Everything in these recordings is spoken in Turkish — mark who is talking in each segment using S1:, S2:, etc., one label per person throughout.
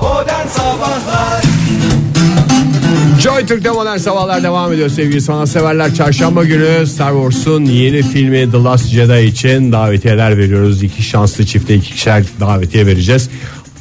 S1: Oh, Sabahlar
S2: Joy Türk'te modern sabahlar devam ediyor sevgili sanatseverler. Çarşamba günü Star Wars'un yeni filmi The Last Jedi için davetiyeler veriyoruz. İki şanslı çifte iki kişiler davetiye vereceğiz.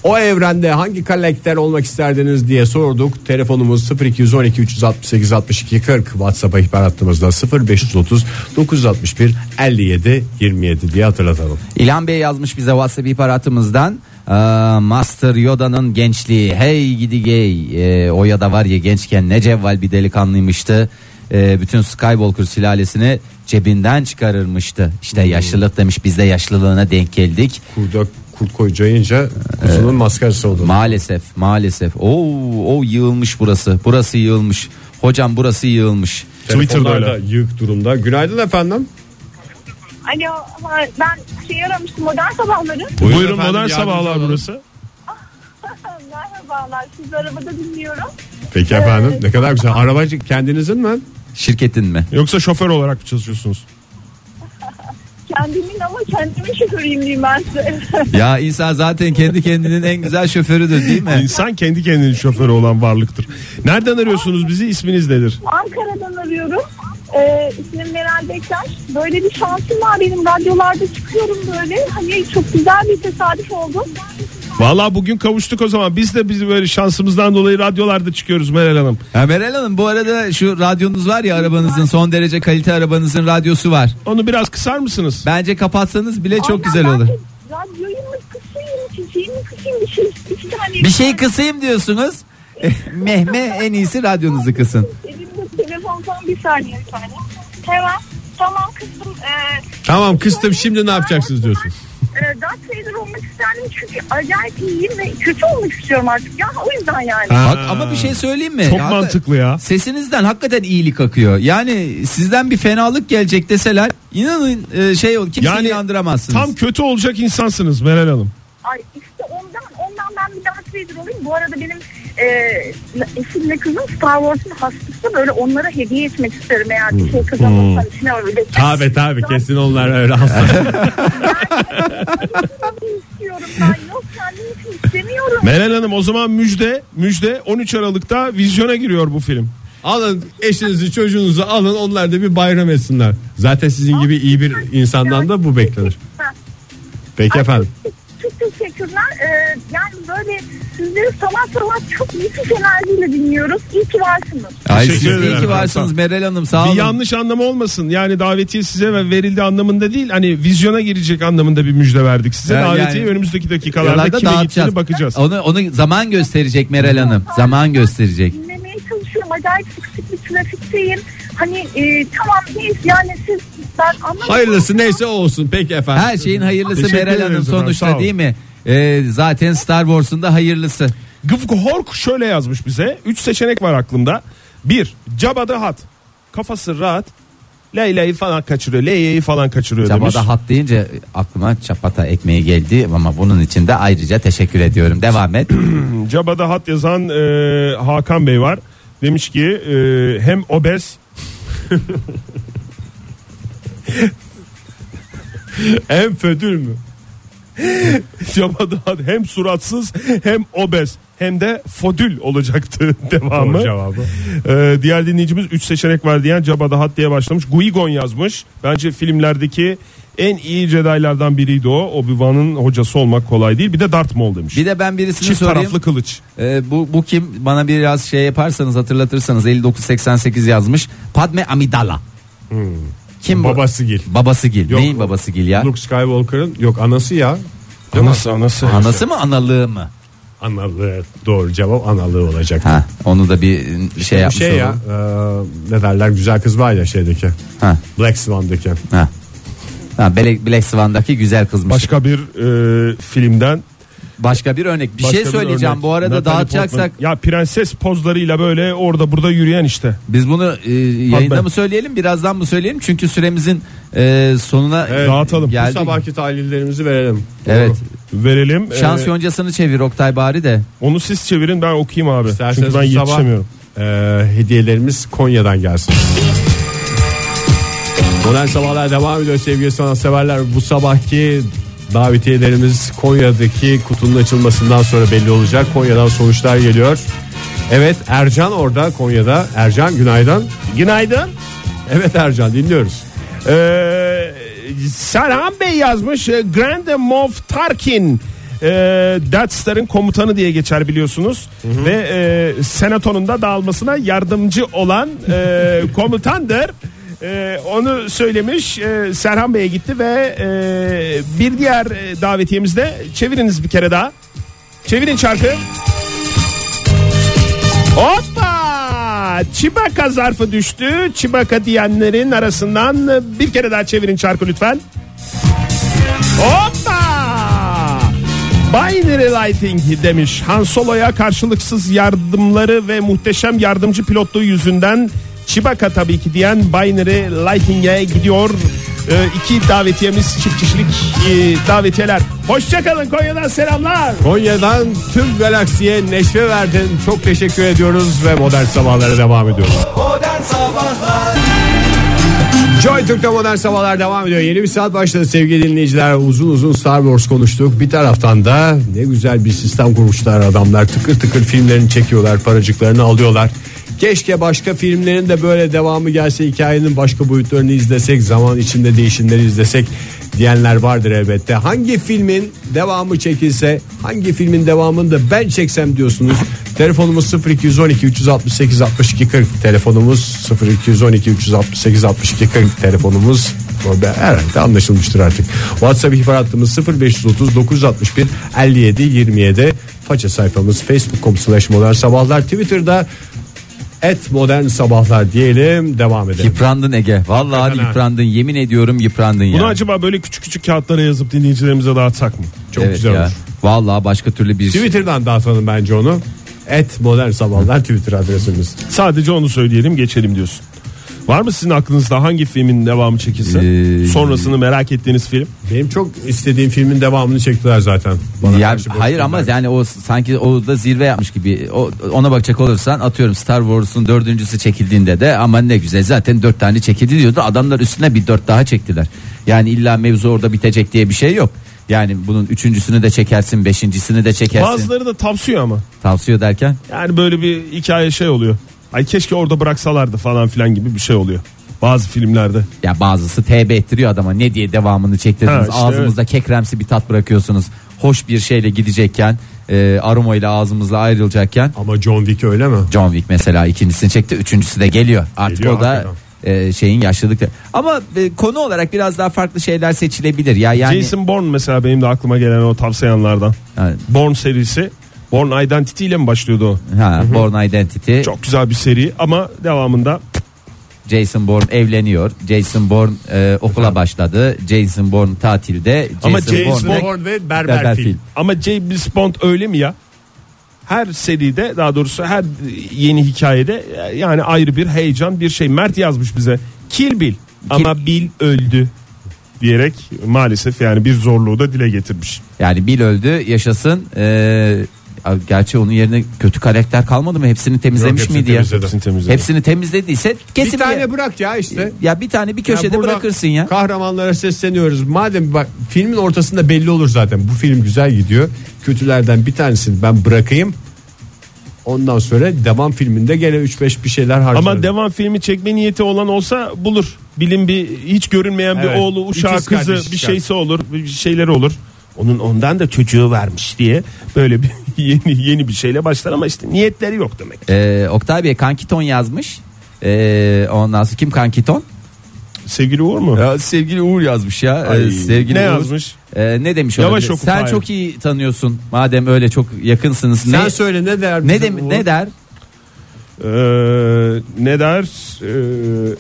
S2: O evrende hangi karakter olmak isterdiniz diye sorduk. Telefonumuz 0212 368 62 40 WhatsApp ihbar hattımızda 0530 961 57 27 diye hatırlatalım.
S3: İlhan Bey yazmış bize WhatsApp ihbaratımızdan. Aa, Master Yoda'nın gençliği hey gidi gey Ee, o ya da var ya gençken ne cevval bir delikanlıymıştı Ee, bütün Skywalker sülalesini cebinden çıkarırmıştı İşte yaşlılık demiş biz de yaşlılığına denk geldik
S2: Kurda kurt koyacağınca kuzunun maskarası oldu.
S3: maalesef maalesef Oo, o yığılmış burası burası yığılmış hocam burası yığılmış
S2: Twitter'da öyle. yık durumda. Günaydın efendim.
S4: Alo ha, ben şey aramıştım modern sabahları.
S5: Buyurun,
S2: efendim,
S5: modern
S2: yardımcı
S5: sabahlar
S2: olalım.
S5: burası.
S4: Merhabalar sizi arabada dinliyorum.
S2: Peki efendim ne kadar güzel. Arabacı kendinizin mi?
S3: şirketin mi
S5: Yoksa şoför olarak mı çalışıyorsunuz?
S4: Kendimin ama kendimin şoförüyüm diyeyim ben size.
S3: ya insan zaten kendi kendinin en güzel şoförüdür değil mi
S5: İnsan kendi kendinin şoförü olan varlıktır. Nereden arıyorsunuz bizi? İsminiz nedir?
S4: Ankara'dan arıyorum. Ee, ismim Meral Bektaş. Böyle bir şansım var benim radyolarda çıkıyorum böyle. Hani çok güzel bir tesadüf oldu.
S5: Valla bugün kavuştuk o zaman. Biz de biz böyle şansımızdan dolayı radyolarda çıkıyoruz Meral Hanım.
S3: Ya Meral Hanım bu arada şu radyonuz var ya arabanızın son derece kalite arabanızın radyosu var.
S5: Onu biraz kısar mısınız?
S3: Bence kapatsanız bile çok
S4: Aynen,
S3: güzel
S4: ben
S3: olur.
S4: de Radyoyu mu kısayım, çiçeği mi kısayım bir şey. İki tane
S3: Bir şey kısayım diyorsunuz. Mehme en iyisi radyonuzu kısın.
S4: Elimde telefon falan bir saniye bir saniye. Hemen tamam kızım. Ee,
S2: Tamam kıstım şimdi ne yapacaksınız diyorsun.
S4: e, Darth Vader olmak isterdim çünkü acayip iyiyim ve kötü olmak istiyorum artık. Ya o yüzden yani.
S5: Ha,
S3: Bak ama bir şey söyleyeyim mi?
S5: Çok
S3: Hakik-
S5: mantıklı ya.
S3: Sesinizden hakikaten iyilik akıyor. Yani sizden bir fenalık gelecek deseler inanın e, şey ol kimseyi
S5: Yani
S3: inandıramazsınız.
S5: Tam kötü olacak insansınız Meral Hanım.
S4: Ay işte ondan ondan ben bir Darth Vader olayım. Bu arada benim e, eşimle kızım Star Wars'un hastası böyle onlara hediye etmek isterim eğer bir
S2: Hmm.
S4: şey kazanırsam içine öyle. şey
S2: Tabi tabi kesin onlar öyle
S4: istiyorum ben. Yok kendim için istemiyorum.
S5: Meral Hanım o zaman müjde müjde 13 Aralık'ta vizyona giriyor bu film.
S2: alın eşinizi çocuğunuzu alın onlar da bir bayram etsinler. Zaten sizin gibi iyi bir insandan da bu beklenir. Peki efendim.
S4: Çok, çok teşekkürler. Ee, yani böyle sizleri sabah sabah çok müthiş enerjiyle dinliyoruz. İyi ki varsınız.
S3: Ay,
S5: Teşekkür
S3: siz de iyi
S5: ederim.
S3: ki varsınız Meral Hanım sağ
S5: Bir
S3: olun.
S5: yanlış anlama olmasın. Yani davetiye size ve verildi anlamında değil. Hani vizyona girecek anlamında bir müjde verdik size.
S3: Yani-
S5: davetiye önümüzdeki dakikalarda
S3: Yollarda
S5: kime
S3: dağıtacağız.
S5: gittiğini bakacağız.
S3: Onu, onu zaman gösterecek Meral Hanım. Zaman gösterecek.
S4: Dinlemeye çalışıyorum. Acayip sık bir trafikteyim. Hani e, tamam neyiz yani siz ben anlamadım.
S2: Hayırlısı neyse o olsun peki efendim.
S3: Her şeyin hayırlısı
S5: Teşekkür
S3: Meral Hanım
S5: ederiz efendim, sağ
S3: sonuçta
S5: olun.
S3: değil mi? Ee, zaten Star Wars'un da hayırlısı.
S5: Gıvgı Hork şöyle yazmış bize. 3 seçenek var aklımda. 1. Jabba the Hutt. Kafası rahat. Leyla'yı falan kaçırıyor. Leyla'yı falan kaçırıyor demiş.
S3: Çabada hat deyince aklıma çapata ekmeği geldi ama bunun için de ayrıca teşekkür ediyorum. Devam et.
S5: Jabba the Hutt yazan e, Hakan Bey var. Demiş ki e, hem obez
S2: En födül mü?
S5: Jabba the Hutt hem suratsız hem obez hem de fodül olacaktı devamı.
S2: Doğru cevabı.
S5: Ee, diğer dinleyicimiz 3 seçenek var diyen Jabba the Hutt diye başlamış. Guigon yazmış. Bence filmlerdeki en iyi Jedi'lardan biriydi o. Obi-Wan'ın hocası olmak kolay değil. Bir de Darth Maul demiş.
S3: Bir de ben birisini
S5: Çift
S3: sorayım.
S5: taraflı kılıç.
S3: Ee, bu, bu kim? Bana biraz şey yaparsanız hatırlatırsanız 5988 yazmış. Padme Amidala. Kim bu?
S2: Babası gil.
S3: Babası Gil.
S2: Yok.
S3: Neyin babası Gil ya?
S2: Luke Skywalker'ın yok anası ya.
S5: Anası anası.
S3: Anası mı analığı mı?
S2: Analığı doğru cevap analığı olacak.
S3: Ha, onu da bir şey
S2: Bu
S3: yapmış
S2: şey ya
S3: olalım.
S2: e, ne derler güzel kız var ya şeydeki.
S3: Ha,
S2: Black Swan'daki.
S3: ha. Ha, Black, Black Swan'daki güzel kızmış.
S5: Başka bir e, filmden
S3: Başka bir örnek. Bir
S5: başka
S3: şey
S5: bir
S3: söyleyeceğim.
S5: örnek.
S3: Bu arada
S5: Natalie
S3: dağıtacaksak
S5: Portman. ya prenses pozlarıyla böyle orada burada yürüyen işte.
S3: biz bunu e, yayında
S5: Pardon.
S3: mı söyleyelim, birazdan mı söyleyelim? Çünkü süremizin e, sonuna
S5: Evet, dağıtalım. Bu
S3: geldik.
S2: Bu sabahki tahlillerimizi verelim.
S3: Evet.
S5: Verelim.
S3: Şans
S5: Ee,
S3: yoncasını çevir Oktay bari de.
S5: onu siz çevirin ben okuyayım abi.
S2: İsterseniz
S5: Çünkü ben
S2: bu sabah-
S5: yetişemiyorum.
S2: Ee, hediyelerimiz Konya'dan gelsin. Modern Sabahlar devam ediyor sevgili sanatseverler. Bu sabahki Davetiyelerimiz Konya'daki kutunun açılmasından sonra belli olacak. Konya'dan sonuçlar geliyor. Evet Ercan orada Konya'da. Ercan günaydın.
S5: Günaydın.
S2: Evet Ercan dinliyoruz.
S5: Ee, Serhan Bey yazmış e, Grand Moff Tarkin e, Death Star'ın komutanı diye geçer biliyorsunuz ve e, senatonun da dağılmasına yardımcı olan e, komutandır E, onu söylemiş e, Serhan Bey'e gitti ve e, bir diğer e, davetiyemizde çeviriniz bir kere daha çevirin çarkı Hoppa! Çibaka zarfı düştü. Çibaka diyenlerin arasından bir kere daha çevirin çarkı lütfen. Hoppa! Binary Lighting demiş. Han Solo'ya karşılıksız yardımları ve muhteşem yardımcı pilotluğu yüzünden Chewbacca tabii ki diyen Binary Lighting'e gidiyor. Ee, iki davetiyemiz çift kişilik e, davetiyeler. Hoşçakalın Konya'dan selamlar.
S2: Konya'dan tüm galaksiye neşve verdin. Çok teşekkür ediyoruz ve modern sabahlara devam ediyoruz.
S1: Modern Sabahlar
S2: Joy Türk'te modern sabahlar devam ediyor. Yeni bir saat başladı sevgili dinleyiciler. Uzun uzun Star Wars konuştuk. Bir taraftan da ne güzel bir sistem kurmuşlar adamlar. Tıkır tıkır filmlerini çekiyorlar, paracıklarını alıyorlar. Keşke başka filmlerin de böyle devamı gelse hikayenin başka boyutlarını izlesek zaman içinde değişimleri izlesek diyenler vardır elbette. Hangi filmin devamı çekilse hangi filmin devamını da ben çeksem diyorsunuz. Telefonumuz 0212 368 62 40 telefonumuz 0212 368 62 40 telefonumuz orada herhalde anlaşılmıştır artık. WhatsApp ihbar hattımız 0530 961 57 27 faça sayfamız facebook.com slash modern sabahlar twitter'da et modern sabahlar diyelim devam edelim.
S3: Yıprandın Ege. Vallahi
S5: Hakikaten ha.
S3: yıprandın. Yemin ediyorum yıprandın
S5: Bunu
S3: ya.
S5: acaba böyle küçük küçük kağıtlara yazıp dinleyicilerimize dağıtsak mı?
S2: Çok
S3: Evet
S2: güzel
S3: ya.
S2: olmuş.
S3: Vallahi başka türlü bir
S2: Twitter'dan dağıtalım bence onu. Et modern sabahlar Twitter adresimiz.
S5: Sadece onu söyleyelim geçelim diyorsun. Var mı sizin aklınızda hangi filmin devamı çekilse?
S3: Ee,
S5: Sonrasını merak ettiğiniz film.
S2: Benim çok istediğim filmin devamını çektiler zaten.
S3: ya,
S5: şey
S2: karşı
S3: hayır
S2: boşluğum
S3: ama
S2: var.
S3: yani o sanki o da zirve yapmış gibi. O, ona bakacak olursan atıyorum Star Wars'un dördüncüsü çekildiğinde de aman ne güzel zaten dört tane çekildi diyordu. Adamlar üstüne bir dört daha çektiler. Yani illa mevzu orada bitecek diye bir şey yok. Yani bunun üçüncüsünü de çekersin, beşincisini de çekersin.
S5: Bazıları da tavsiyor ama.
S3: Tavsiye derken
S5: Yani böyle bir hikaye şey oluyor. Ay keşke orada bıraksalardı falan filan gibi bir şey oluyor. Bazı filmlerde.
S3: ya bazısı TB ettiriyor adama ne diye devamını
S5: Ha,
S3: çektirdiniz.
S5: işte
S3: Ağzımızda kekremsi bir tat bırakıyorsunuz. Hoş bir şeyle gidecekken, e, aroma ile ağzımızla ayrılacakken
S2: Ama John Wick öyle mi?
S3: John Wick mesela ikincisini çekti üçüncüsü de geliyor artık
S2: Geliyor,
S3: o da
S2: hakikaten.
S3: e, şeyin yaşlılıkta ama e, konu olarak biraz daha farklı şeyler seçilebilir ya yani
S5: Jason Bourne mesela benim de aklıma gelen o tavsiyenlerden.
S3: Ha,
S5: Bourne serisi. Bourne Identity ile mi başlıyordu o?
S3: ha, Born Identity
S5: Çok güzel bir seri ama devamında
S3: Jason Bourne evleniyor Jason Bourne e, okula başladı Jason Bourne tatilde
S5: Ama Jason
S3: Bourne-
S2: Bourne ve Berber,
S3: Berber
S2: film.
S3: film.
S5: Ama James Bond öyle mi ya? Her seride daha doğrusu her yeni hikayede yani ayrı bir heyecan bir şey. Mert yazmış bize Kill Bill ama Bill öldü diyerek maalesef yani bir zorluğu da dile getirmiş.
S3: yani Bill öldü yaşasın E, gerçi onun yerine kötü karakter kalmadı mı hepsini temizlemiş
S2: hepsini
S3: miydi ya
S2: temizledi.
S5: Hepsini temizledi.
S3: hepsini temizlediyse kesin
S2: Bir tane bırak ya işte.
S3: ya bir tane bir
S2: Ya
S3: köşede
S2: buradan
S3: bırakırsın ya
S2: Kahramanlara sesleniyoruz. Madem bak filmin ortasında belli olur zaten. Bu film güzel gidiyor. Kötülerden bir tanesini ben bırakayım. Ondan sonra devam filminde gene 3-5 bir şeyler harcarım.
S5: Ama devam filmi çekme niyeti olan olsa bulur. Bilim bir hiç görünmeyen bir
S2: Evet.
S5: oğlu, uşağı,
S2: İkiz
S5: kızı
S2: kardeş,
S5: bir
S2: ikiz
S5: şeysi olur, bir şeyleri olur. Onun ondan da çocuğu varmış diye böyle bir yeni yeni bir şeyle başlar ama işte niyetleri yok demek.
S3: Ee, Oktay Bey Kankiton yazmış. Ee, ondan sonra kim Kankiton?
S5: Sevgili Uğur
S2: Ee,
S5: mu?
S3: sevgili Uğur yazmış ya. Ee,
S5: Ay, ne yazmış?
S3: ne demiş
S5: Yavaş
S3: olabilir?
S5: oku
S3: Sen
S5: Fahir.
S3: çok iyi tanıyorsun. Madem öyle çok yakınsınız.
S2: Sen
S3: ne
S2: söyle ne der?
S3: ne
S2: bize
S3: dem
S2: bu?
S3: ne der?
S5: Ee, ne der? Ee...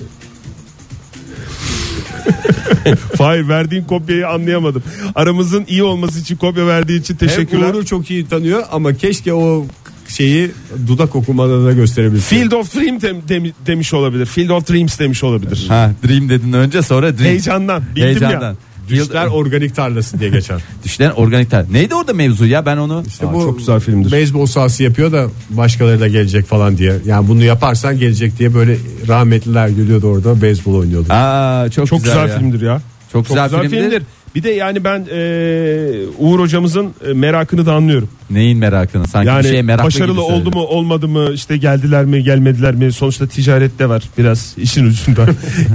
S5: Fahir verdiğin kopyayı anlayamadım. Aramızın iyi olması için kopya verdiği için
S2: Hem
S5: teşekkürler.
S2: Uğur'u çok iyi tanıyor ama keşke o şeyi dudak okumada da gösterebilsin.
S5: Field of Dream dem- dem- demiş olabilir. Field of Dreams demiş olabilir.
S3: Ha, Dream dedin önce sonra Dream.
S5: Heyecandan. Bildim
S3: Heyecandan.
S5: ya.
S2: Düşler organik tarlası diye geçer.
S3: Düşler organik tar- Neydi orada mevzu ya ben onu.
S5: Aa, çok güzel filmdir.
S2: Beyzbol sahası yapıyor da başkaları da gelecek falan diye. Yani bunu yaparsan gelecek diye böyle rahmetliler geliyordu orada beyzbol oynuyordu.
S3: Aa, çok,
S5: Çok güzel,
S3: ya.
S5: filmdir ya.
S3: Çok güzel filmdir.
S5: Bir de yani ben e, Uğur hocamızın e, merakını da anlıyorum.
S3: Neyin merakını? Sanki
S5: Yani
S3: bir şeye meraklı gibi
S5: başarılı
S3: söyledin.
S5: oldu mu olmadı mı işte geldiler mi gelmediler mi sonuçta ticaret de var biraz işin ucunda.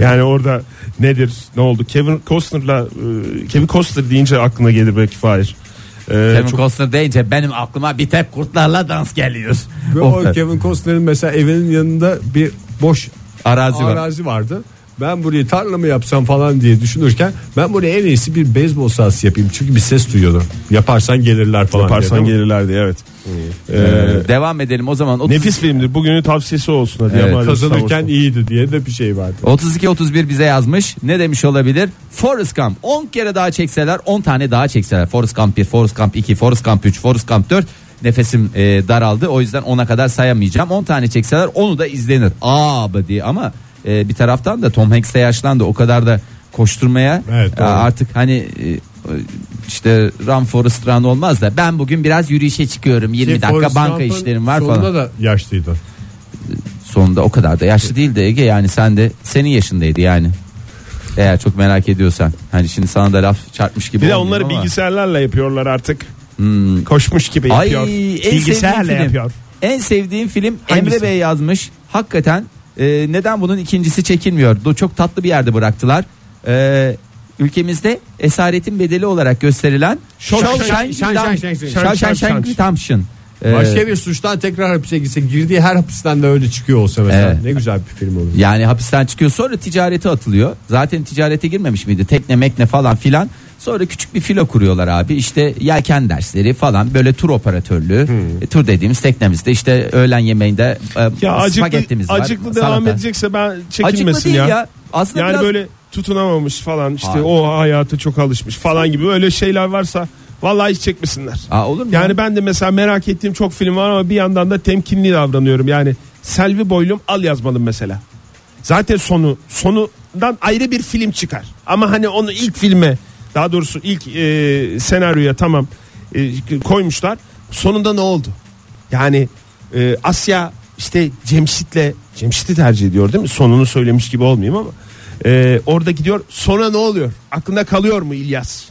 S5: yani orada nedir ne oldu Kevin Costner'la e, Kevin Costner deyince aklına gelir belki Fahir. E,
S3: Kevin
S5: çok-
S3: Costner deyince benim aklıma bir tek kurtlarla dans geliyor.
S5: Oh,
S2: Ve
S3: O
S2: o
S3: kadar.
S2: Kevin Costner'ın mesela evinin yanında bir boş
S3: arazi var.
S2: arazi vardı. Ben burayı tarla mı yapsam falan diye düşünürken ben buraya en iyisi bir beyzbol sahası yapayım. Çünkü bir ses duyuyordum. Yaparsan gelirler falan.
S5: Yaparsan
S2: diye, değil mi?
S5: gelirlerdi evet. E,
S3: Ee, devam edelim o zaman. Otuz-
S5: nefis filmdir. Bugünün tavsiyesi olsun hadi.
S3: Evet.
S5: Ama hadi
S2: Kazanırken
S5: sağ
S2: iyiydi diye de bir şey vardı.
S3: 32-31 bize yazmış. Ne demiş olabilir? Forrest Gump 10 kere daha çekseler 10 tane daha çekseler. Forrest Gump 1, Forrest Gump 2, Forrest Gump 3, Forrest Gump 4. Nefesim e, daraldı o yüzden 10'a kadar sayamayacağım. 10 tane çekseler onu da izlenir. Abi diye ama e, bir taraftan da Tom Hanks de yaşlandı o kadar da koşturmaya
S2: Evet,
S3: e,
S2: doğru.
S3: artık hani e, işte run Forrest run olmaz da ben bugün biraz yürüyüşe çıkıyorum 20
S2: Ki
S3: dakika
S2: Şey, Forrest
S3: banka
S2: Gump'ın
S3: işlerim var
S2: sonunda
S3: falan.
S2: da yaşlıydı.
S3: Sonunda o kadar da yaşlı değildi Ege yani sen de senin yaşındaydı yani. Eğer çok merak ediyorsan hani şimdi sana da laf çarpmış gibi
S5: Bir de
S3: olmayayım
S5: onları
S3: ama. Hmm.
S5: bilgisayarlarla yapıyorlar artık. Koşmuş gibi
S3: Ay,
S5: yapıyor.
S3: en
S5: bilgisayarla
S3: sevdiğim film.
S5: yapıyor.
S3: En sevdiğim film
S5: Hangisi?
S3: Emre Bey yazmış. Hakikaten e, neden bunun ikincisi çekilmiyor? Du- Çok tatlı bir yerde bıraktılar. E, ülkemizde esaretin bedeli olarak gösterilen
S5: Shawshank-
S2: Shawshank- Shawshank-
S3: Shawshank Redemption. E,
S2: Başka bir suçtan tekrar hapise gitse girdiği her hapisten de öyle çıkıyor olsa mesela.
S3: Evet.
S2: Ne güzel bir film olur.
S3: Yani hapisten çıkıyor sonra ticarete atılıyor. Zaten ticarete girmemiş miydi? Tekne mekne falan filan. Sonra küçük bir filo kuruyorlar abi. İşte yelken dersleri falan böyle tur operatörlüğü. E, tur dediğimiz teknemizde işte öğlen yemeğinde e,
S5: Hmm. Ya
S3: spagettimiz
S5: acıklı,
S3: var.
S5: acıklı
S3: salata.
S5: devam edecekse ben çekinmesin
S3: Acıklı değil ya. Aslında
S5: Yani
S3: biraz
S5: böyle tutunamamış falan işte
S3: Hayır.
S5: o hayata çok alışmış falan gibi öyle şeyler varsa vallahi hiç çekmesinler.
S3: Aa, olur mu?
S5: Yani ben de mesela merak ettiğim çok film var ama bir yandan da temkinli davranıyorum. Yani Selvi Boylum al yazmadım mesela. Zaten sonu sonundan ayrı bir film çıkar. Ama hani onu ilk filme daha doğrusu ilk e, senaryoya tamam e, koymuşlar. Sonunda ne oldu? Yani e, Asya işte Cemşit'le Cemşit'i tercih ediyor değil mi? Sonunu söylemiş gibi olmayayım ama. E, orada gidiyor. Sonra ne oluyor? Aklında kalıyor mu İlyas?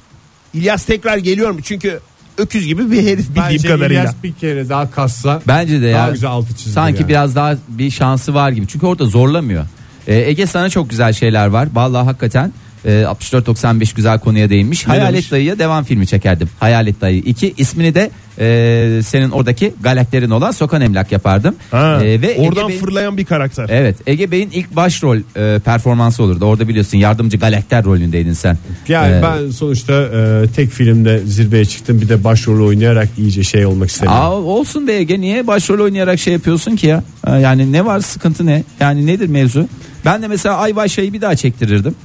S5: İlyas tekrar geliyor mu? Çünkü öküz gibi bir herif bildiğim
S2: Bence
S5: kadarıyla.
S2: İlyas bir kere daha kassa
S3: Bence de
S2: daha
S3: ya.
S2: güzel altı çizdi.
S3: Sanki
S2: yani.
S3: biraz daha bir şansı var gibi. Çünkü orada zorlamıyor. Ee, Ege sana çok güzel şeyler var. Vallahi hakikaten e, 64-95 güzel konuya değinmiş.
S5: Ne
S3: Hayalet
S5: demiş?
S3: Dayı'ya devam filmi çekerdim. Hayalet Dayı 2 ismini de e, senin oradaki galaklerin olan Sokan Emlak yapardım.
S5: Ha,
S3: E, ve
S5: oradan
S3: Ege Bey'in-
S5: fırlayan bir karakter.
S3: Evet Ege Bey'in ilk başrol e, performansı olurdu. Orada biliyorsun yardımcı galakter rolündeydin sen.
S2: Yani
S3: E,
S2: ben sonuçta e, tek filmde zirveye çıktım. Bir de başrol oynayarak iyice şey olmak istemiyorum.
S3: Aa, olsun be Ege niye başrol oynayarak şey yapıyorsun ki ya? Ee, Yani ne var sıkıntı ne? Yani nedir mevzu? Ben de mesela Ayvay şeyi bir daha çektirirdim.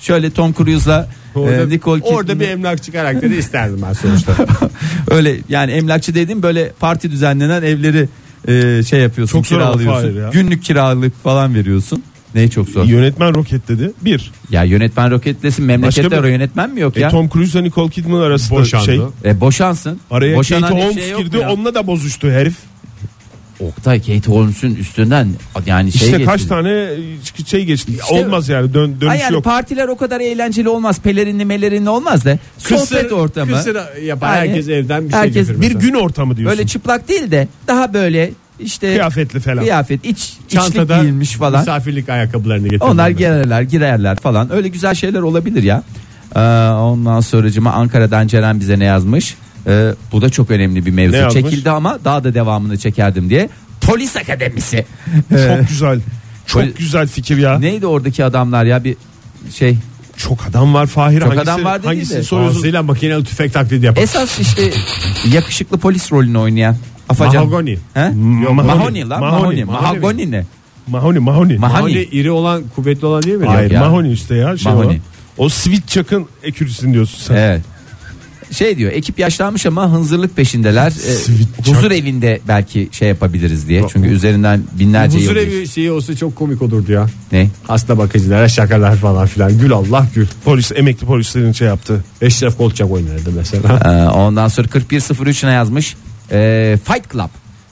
S3: Şöyle Tom Cruise'la
S2: Orada,
S3: e, Nicole Şey,
S2: orada
S3: Kidman'ı-
S2: bir emlakçı karakteri isterdim ben sonuçta.
S3: öyle yani emlakçı dediğim böyle parti düzenlenen evleri e, şey yapıyorsun
S5: Çok zor ama Fahir ya.
S3: kiralıyorsun. Günlük kiralık falan veriyorsun. Ne çok zor.
S5: Yönetmen roket dedi. Bir.
S3: ya yönetmen roketlesin memleketler o
S5: bir-
S3: yönetmen mi yok
S5: E,
S3: ya?
S5: Tom Cruise ile Nicole Kidman arasında
S2: Boşandı.
S5: şey.
S3: E, boşansın.
S5: Araya
S3: Boşanan
S5: Kate
S3: bir
S5: Holmes
S3: şey yok
S5: girdi.
S3: mu ya?
S5: Onunla da bozuştu herif.
S3: Oktay Kate Holmes'un üstünden yani şey
S5: İşte kaç
S3: geçti.
S5: tane e, şey geçti.
S3: İşte-
S5: Olmaz yani dön, dönüş
S3: Ay yani
S5: yok.
S3: partiler o kadar eğlenceli olmaz. Pelerinli melerinli olmaz da. sohbet ortamı.
S2: Kısır yapar
S3: Yani
S2: herkes evden bir şey
S3: herkes
S2: getirir
S5: Bir
S2: mesela.
S5: gün ortamı diyorsun.
S3: Böyle çıplak değil de daha böyle işte
S5: Kıyafetli falan.
S3: kıyafet iç
S2: çantada
S3: içlik giyilmiş falan.
S2: misafirlik ayakkabılarını getirir.
S3: Onlar gelirler girerler falan. Öyle güzel şeyler olabilir ya. Ee, ondan sonracıma Ankara'dan Ceren bize ne yazmış? Ee, bu da çok önemli bir
S5: Ne
S3: mevzu.
S5: yazmış?
S3: Çekildi ama daha da devamını çekerdim diye. Polis Akademisi.
S5: Çok güzel. Çok
S3: Ee, Böyle-
S5: güzel fikir ya.
S3: Neydi oradaki adamlar ya bir şey
S5: Çok adam var Fahir.
S3: Çok
S5: hangisi,
S3: adam var dedi
S5: hangisini
S3: de. E,
S5: soruyorsun?
S2: Ağzıyla makineli tüfek taklidi yapar.
S3: Esas işte yakışıklı polis rolünü oynayan Afacan.
S2: Mahogany.
S3: He?
S5: Mahogany.
S3: Mahogany lan. Mahogany.
S5: Mahogany.
S3: Mahogany ne?
S5: Mahoney Mahoney.
S3: Mahoney.
S2: Hani
S3: Hani-
S2: iri olan kuvvetli olan değil mi?
S5: Hayır
S3: ya.
S5: Mahoney işte ya. Şey
S3: Mahoney. E.
S5: olan. O Sweet Chuck'ın ekürüsün diyorsun sen.
S3: Evet. Şey diyor ekip yaşlanmış ama hınzırlık peşindeler. Ee,
S5: Sweet
S3: huzur evinde belki şey yapabiliriz diye. Çünkü üzerinden binlerce yıl.
S2: Huzur
S3: geçti.
S2: evi şeyi olsa çok komik olurdu ya.
S3: Ne?
S2: Hasta bakıcılara şakalar falan filan. Gül Allah gül.
S5: Polis emekli polislerin şey yaptı.
S2: Eşref Kolçak oynardı mesela.
S3: Ee, ondan sonra 4103'üne yazmış. Ee, Fight Club.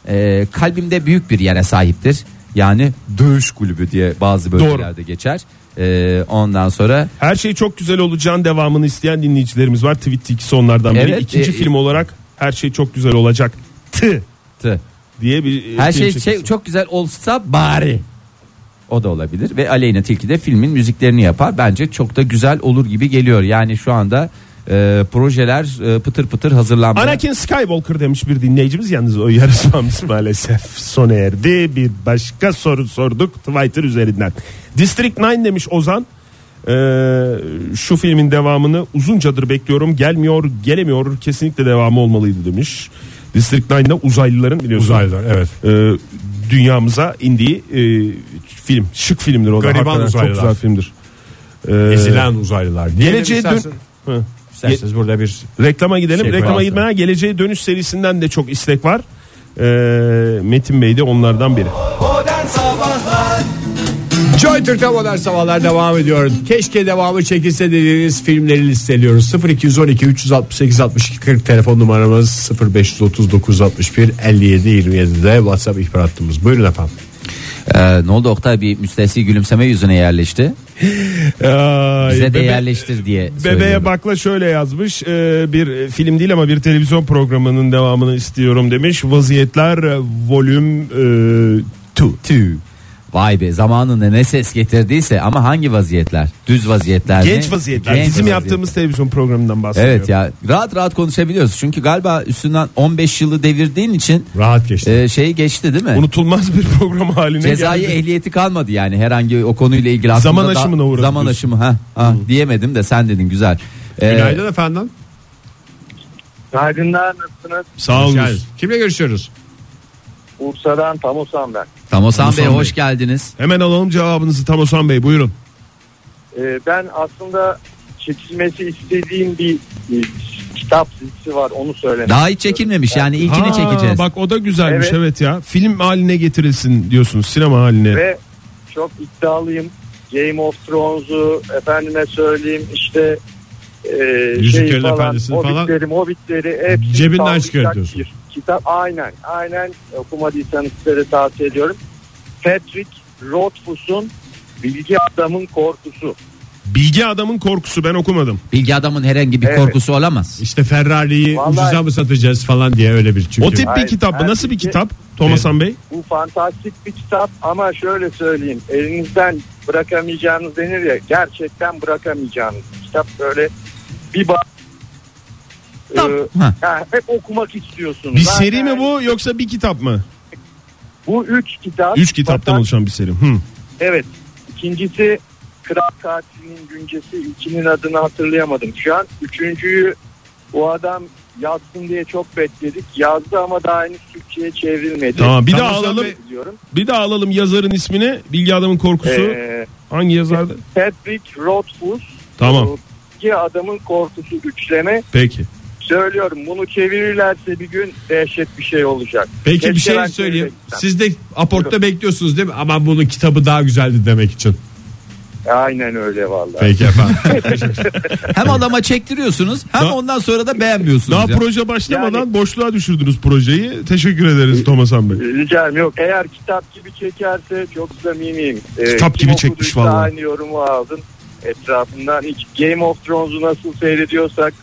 S3: Ee, kalbimde büyük bir yere sahiptir. Yani dövüş kulübü diye bazı bölgelerde geçer. E, ondan sonra
S5: Her şey çok güzel olacağın devamını isteyen dinleyicilerimiz var. Tweet ikisi onlardan biri.
S3: Evet,
S5: İkinci
S3: e,
S5: film olarak her şey çok güzel olacak. Tı
S3: t-
S5: diye bir e,
S3: her
S5: film
S3: şey,
S5: çekilsin.
S3: şey çok güzel olsa bari. O da olabilir ve Aleyna Tilki de filmin müziklerini yapar. Bence çok da güzel olur gibi geliyor. Yani şu anda e, projeler e, pıtır pıtır hazırlanmaya.
S5: Anakin Skywalker demiş bir dinleyicimiz yalnız o yarışmamız maalesef sona erdi. Bir başka soru sorduk Twitter üzerinden. District 9 demiş Ozan. Ee, şu filmin devamını uzuncadır bekliyorum. Gelmiyor, gelemiyor. Kesinlikle devamı olmalıydı demiş. District 9'da uzaylıların biliyorsunuz
S2: Uzaylılar evet.
S5: e, dünyamıza indiği e, film. Şık filmdir o da.
S2: Gariban
S5: Hakikaten
S2: uzaylılar.
S5: Çok güzel filmdir. Ee,
S2: Ezilen uzaylılar. Diye
S5: geleceğe dön-
S2: istersen,
S5: Hı.
S2: isterseniz burada bir
S5: Reklama gidelim.
S2: Şey
S5: Reklama
S2: koyalım.
S5: gitmeden geleceğe dönüş serisinden de çok istek var. Ee, Metin Bey de onlardan biri.
S1: Modern Sabahlar
S2: Joy Türk'te modern sabahlar devam ediyor. Keşke devamı çekilse dediğiniz filmleri listeliyoruz. 0212 368 62 40 telefon numaramız 0539 61 57 27'de WhatsApp ihbar hattımız. Buyurun efendim.
S3: E, ne oldu Oktay bir müstesni gülümseme yüzüne yerleşti.
S5: Ay,
S3: Bize de
S5: bebe-
S3: yerleştir diye
S5: Bebeğe
S3: söylüyorum.
S5: bakla şöyle yazmış Ee, bir film değil ama bir televizyon programının devamını istiyorum demiş vaziyetler e, volüm e,
S3: Tu. Tu. Vay be zamanında ne ses getirdiyse ama hangi vaziyetler? Düz vaziyetler mi?
S5: genç vaziyetler
S3: Genç
S5: bizim
S3: vaziyetler.
S5: yaptığımız televizyon programından bahsediyorum.
S3: Evet ya rahat rahat konuşabiliyoruz. Çünkü galiba üstünden 15 yılı devirdiğin için
S2: Rahat geçti.
S3: e, şeyi geçti değil mi?
S5: Unutulmaz bir program haline
S3: Cezai
S5: geldi.
S3: ehliyeti kalmadı yani herhangi o konuyla ilgili aklımda
S5: Zaman
S3: da-
S5: aşımına uğradı
S3: Zaman
S5: diyorsun.
S3: aşımı ha, ha diyemedim de sen dedin güzel. E,
S2: Günaydın efendim.
S6: Günaydınlar nasılsınız?
S5: Sağ
S2: Hoş
S5: olun.
S2: geldiniz. Kimle görüşüyoruz?
S6: Bursa'dan tam Osan ben.
S3: Tamosan Bey
S5: Tamosan
S3: hoş geldiniz.
S5: Hemen alalım cevabınızı Tamosan Bey buyurun.
S6: Ee, ben aslında çekilmesi istediğim bir e, kitap dizisi var onu söylemek.
S3: Daha hiç çekilmemiş yani ilkini
S5: Ha,
S3: çekeceğiz.
S5: Bak o da güzelmiş evet.
S6: Evet.
S5: ya. Film haline getirilsin diyorsunuz sinema haline.
S6: Ve çok iddialıyım. Game of Thrones'u efendime söyleyeyim işte e, şey
S2: Yüzüklerin
S6: falan,
S2: Efendisi'ni falan
S6: hobbitleri, hobbitleri hepsini
S2: Cebinden
S6: sağlayacak
S2: çıkıyor diyorsun.
S6: bir Kitap aynen aynen okumadıysanız size de tavsiye ediyorum. Patrick Rothfuss'un Bilgi Adamın Korkusu.
S5: Bilgi adamın korkusu ben okumadım.
S3: Bilgi adamın herhangi bir
S6: Evet.
S3: korkusu olamaz.
S2: İşte Ferrari'yi
S6: Vallahi-
S2: ucuza mı satacağız falan diye öyle bir çünkü.
S5: o tip bir
S6: Hayır,
S5: kitap mı?
S6: her
S5: Nasıl bir
S6: bilgi-
S5: kitap? Thomasan Bey.
S6: Bu fantastik bir kitap ama şöyle söyleyeyim. Elinizden bırakamayacağınız denir ya. Gerçekten bırakamayacağınız. Kitap böyle bir bak.
S3: Tam-
S6: Ee,
S3: Ha.
S6: ha, hep okumak istiyorsunuz.
S5: Bir
S6: Ben
S5: seri mi
S6: yani
S5: bu yoksa bir kitap mı?
S6: Bu üç kitap.
S5: Üç kitaptan
S6: Fakat-
S5: oluşan bir seri. Hı.
S6: Evet. İkincisi Kral Katilinin Güncesi. İkinin adını hatırlayamadım şu an. Üçüncüyü o adam yazsın diye çok bekledik. Yazdı ama daha henüz Türkçe'ye çevrilmedi.
S5: Tamam, bir
S6: Tam
S5: daha
S6: o zaman
S5: alalım.
S6: Diyorum.
S5: Bir daha alalım yazarın ismini. Bilgi adamın korkusu.
S6: Ee,
S5: Hangi yazardı?
S6: Patrick Rothfuss.
S5: Tamam.
S6: Ki adamın korkusu üçleme.
S5: Peki.
S6: Söylüyorum bunu çevirirlerse bir gün dehşet bir şey olacak.
S2: Peki bir
S6: Keşke
S2: şey
S6: ben
S2: söyleyeyim.
S6: çevirebilsem.
S2: Siz de aportta bekliyorsunuz değil mi? Ama bunun kitabı daha güzeldi demek için.
S6: Aynen öyle vallahi.
S2: Peki efendim.
S3: Hem adama çektiriyorsunuz hem
S5: Daha-
S3: ondan sonra da beğenmiyorsunuz.
S5: Daha
S3: ya.
S5: proje başlamadan boşluğa düşürdünüz projeyi. Teşekkür
S6: Ee,
S5: ederiz Thomasan Bey.
S6: Rica ederim yok. Eğer kitap gibi çekerse çok samimiyim. Ee,
S5: Kitap
S6: kim
S5: gibi çekmiş
S6: okuduysa
S5: vallahi.
S6: Aynı yorumu aldım etrafından. Hiç Game of Thrones'u nasıl seyrediyorsak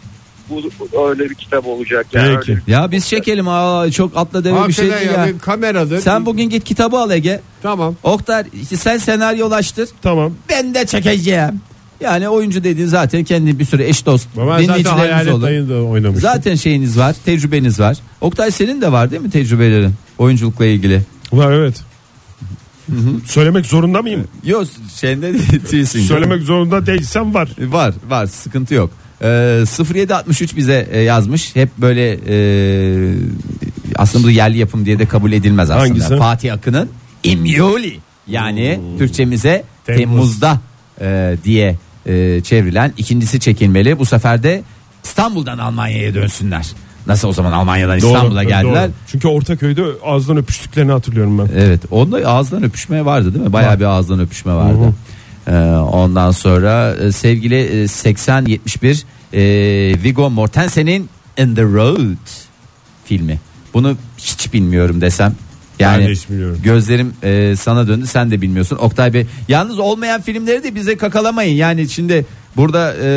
S6: bu öyle bir kitap olacak. Yani
S5: Peki.
S6: öyle bir-
S3: Ya biz çekelim aa çok atla deve bir şey
S2: Hakikaten
S3: değil
S2: ya,
S3: ya.
S2: bir kameradır.
S3: Sen bugün git kitabı al Ege.
S2: Tamam.
S3: Oktar işte sen senaryolaştır.
S5: Tamam.
S3: Ben de çekeceğim. Yani oyuncu dediğin zaten kendi bir sürü eş dost
S2: Ama ben zaten
S3: dinleyicileriniz
S2: Hayalet
S3: olur.
S2: Dayı'nı da oynamıştım.
S3: Zaten şeyiniz var, tecrübeniz var. Oktay senin de var değil mi tecrübelerin oyunculukla ilgili?
S5: Ulan evet. Söylemek zorunda mıyım?
S3: Yok, sende değilsin.
S5: Söylemek zorunda değilsem var.
S3: Var var sıkıntı yok. Ee, 0763 bize e, yazmış. Hep böyle e, aslında bu yerli yapım diye de kabul edilmez aslında.
S5: Hangisi?
S3: Fatih Akın'ın İmyoli yani Türkçemize
S5: Temmuz.
S3: Temmuz'da e, diye e, çevrilen ikincisi çekilmeli. Bu sefer de İstanbul'dan Almanya'ya dönsünler. Nasıl o zaman Almanya'dan İstanbul'a
S5: Doğru,
S3: geldiler.
S5: doğru. Çünkü Ortaköy'de ağızdan öpüştüklerini hatırlıyorum ben.
S3: Evet. Onda ağızdan öpüşme vardı değil mi? Bayağı bir ağızdan öpüşme vardı. Ee, ondan sonra e, sevgili 80 71 e, Viggo Mortensen'in In the Road filmi. Bunu hiç bilmiyorum desem Yani
S2: Ben de hiç bilmiyorum.
S3: gözlerim e, sana döndü sen de bilmiyorsun. Oktay Bey yalnız olmayan filmleri de bize kakalamayın. Yani şimdi burada e,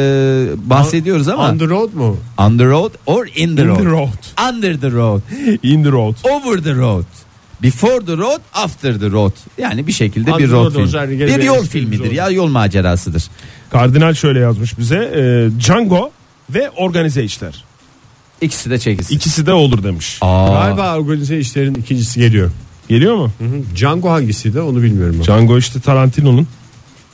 S3: bahsediyoruz ama
S2: On the road mu?
S3: on the road or in the
S5: In
S3: road.
S5: the road.
S3: Under the road,
S5: In the road.
S3: over the road. Before the road, after the road. Yani bir şekilde
S2: Under
S3: bir
S2: the
S3: road
S2: road
S3: filmi.
S2: olacak, gene
S3: Bir
S2: benim
S3: yol
S2: işimiz
S3: filmidir
S2: oldu.
S3: ya yol macerasıdır.
S5: Kardinal şöyle yazmış bize. e, Django ve organize işler.
S3: İkisi de çekilsin.
S5: İkisi de olur demiş.
S3: Aa,
S2: Galiba organize işlerin ikincisi geliyor.
S5: Geliyor mu?
S2: Hı hı. Django hangisiydi onu bilmiyorum. ben.
S5: Django işte Tarantino'nun.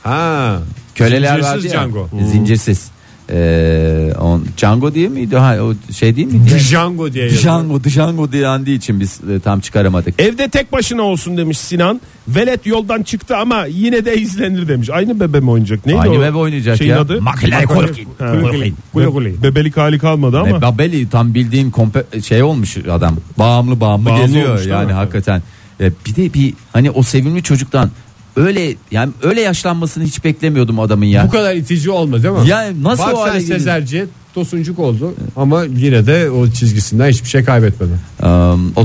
S2: Ha.
S3: köleler
S2: Zincirsiz
S3: vardı ya.
S2: Django.
S3: Zincirsiz. Ee, on, Django diye miydi? Ha, o şey değil miydi?
S2: Django diye yazıyor.
S3: Django, Django dendiği için biz e, tam çıkaramadık.
S5: Evde tek başına olsun demiş Sinan. Velet yoldan çıktı ama yine de izlenir demiş. Aynı bebe mi oynayacak? Neydi
S3: Aynı
S5: o
S3: bebe oynayacak
S5: şeyin
S3: ya.
S5: adı?
S3: Macaulay Culkin.
S5: Ha.
S3: Culkin.
S5: Be- Bebelik hali kalmadı ama.
S3: E, Babeli tam bildiğin kompe- şey olmuş adam. Bağımlı bağımlı,
S5: Bağımlı
S3: geziyor
S5: olmuş, değil
S3: yani
S5: mi?
S3: hakikaten. E, bir de bir hani o sevimli çocuktan öyle yani öyle yaşlanmasını hiç beklemiyordum adamın ya.
S2: Bu kadar itici olma değil mi?
S3: Ya nasıl
S2: Bak
S3: o hale
S2: sen
S3: geliyor?
S2: Sezerci tosuncuk oldu ama yine de o çizgisinden hiçbir şey kaybetmedi.
S3: Ee,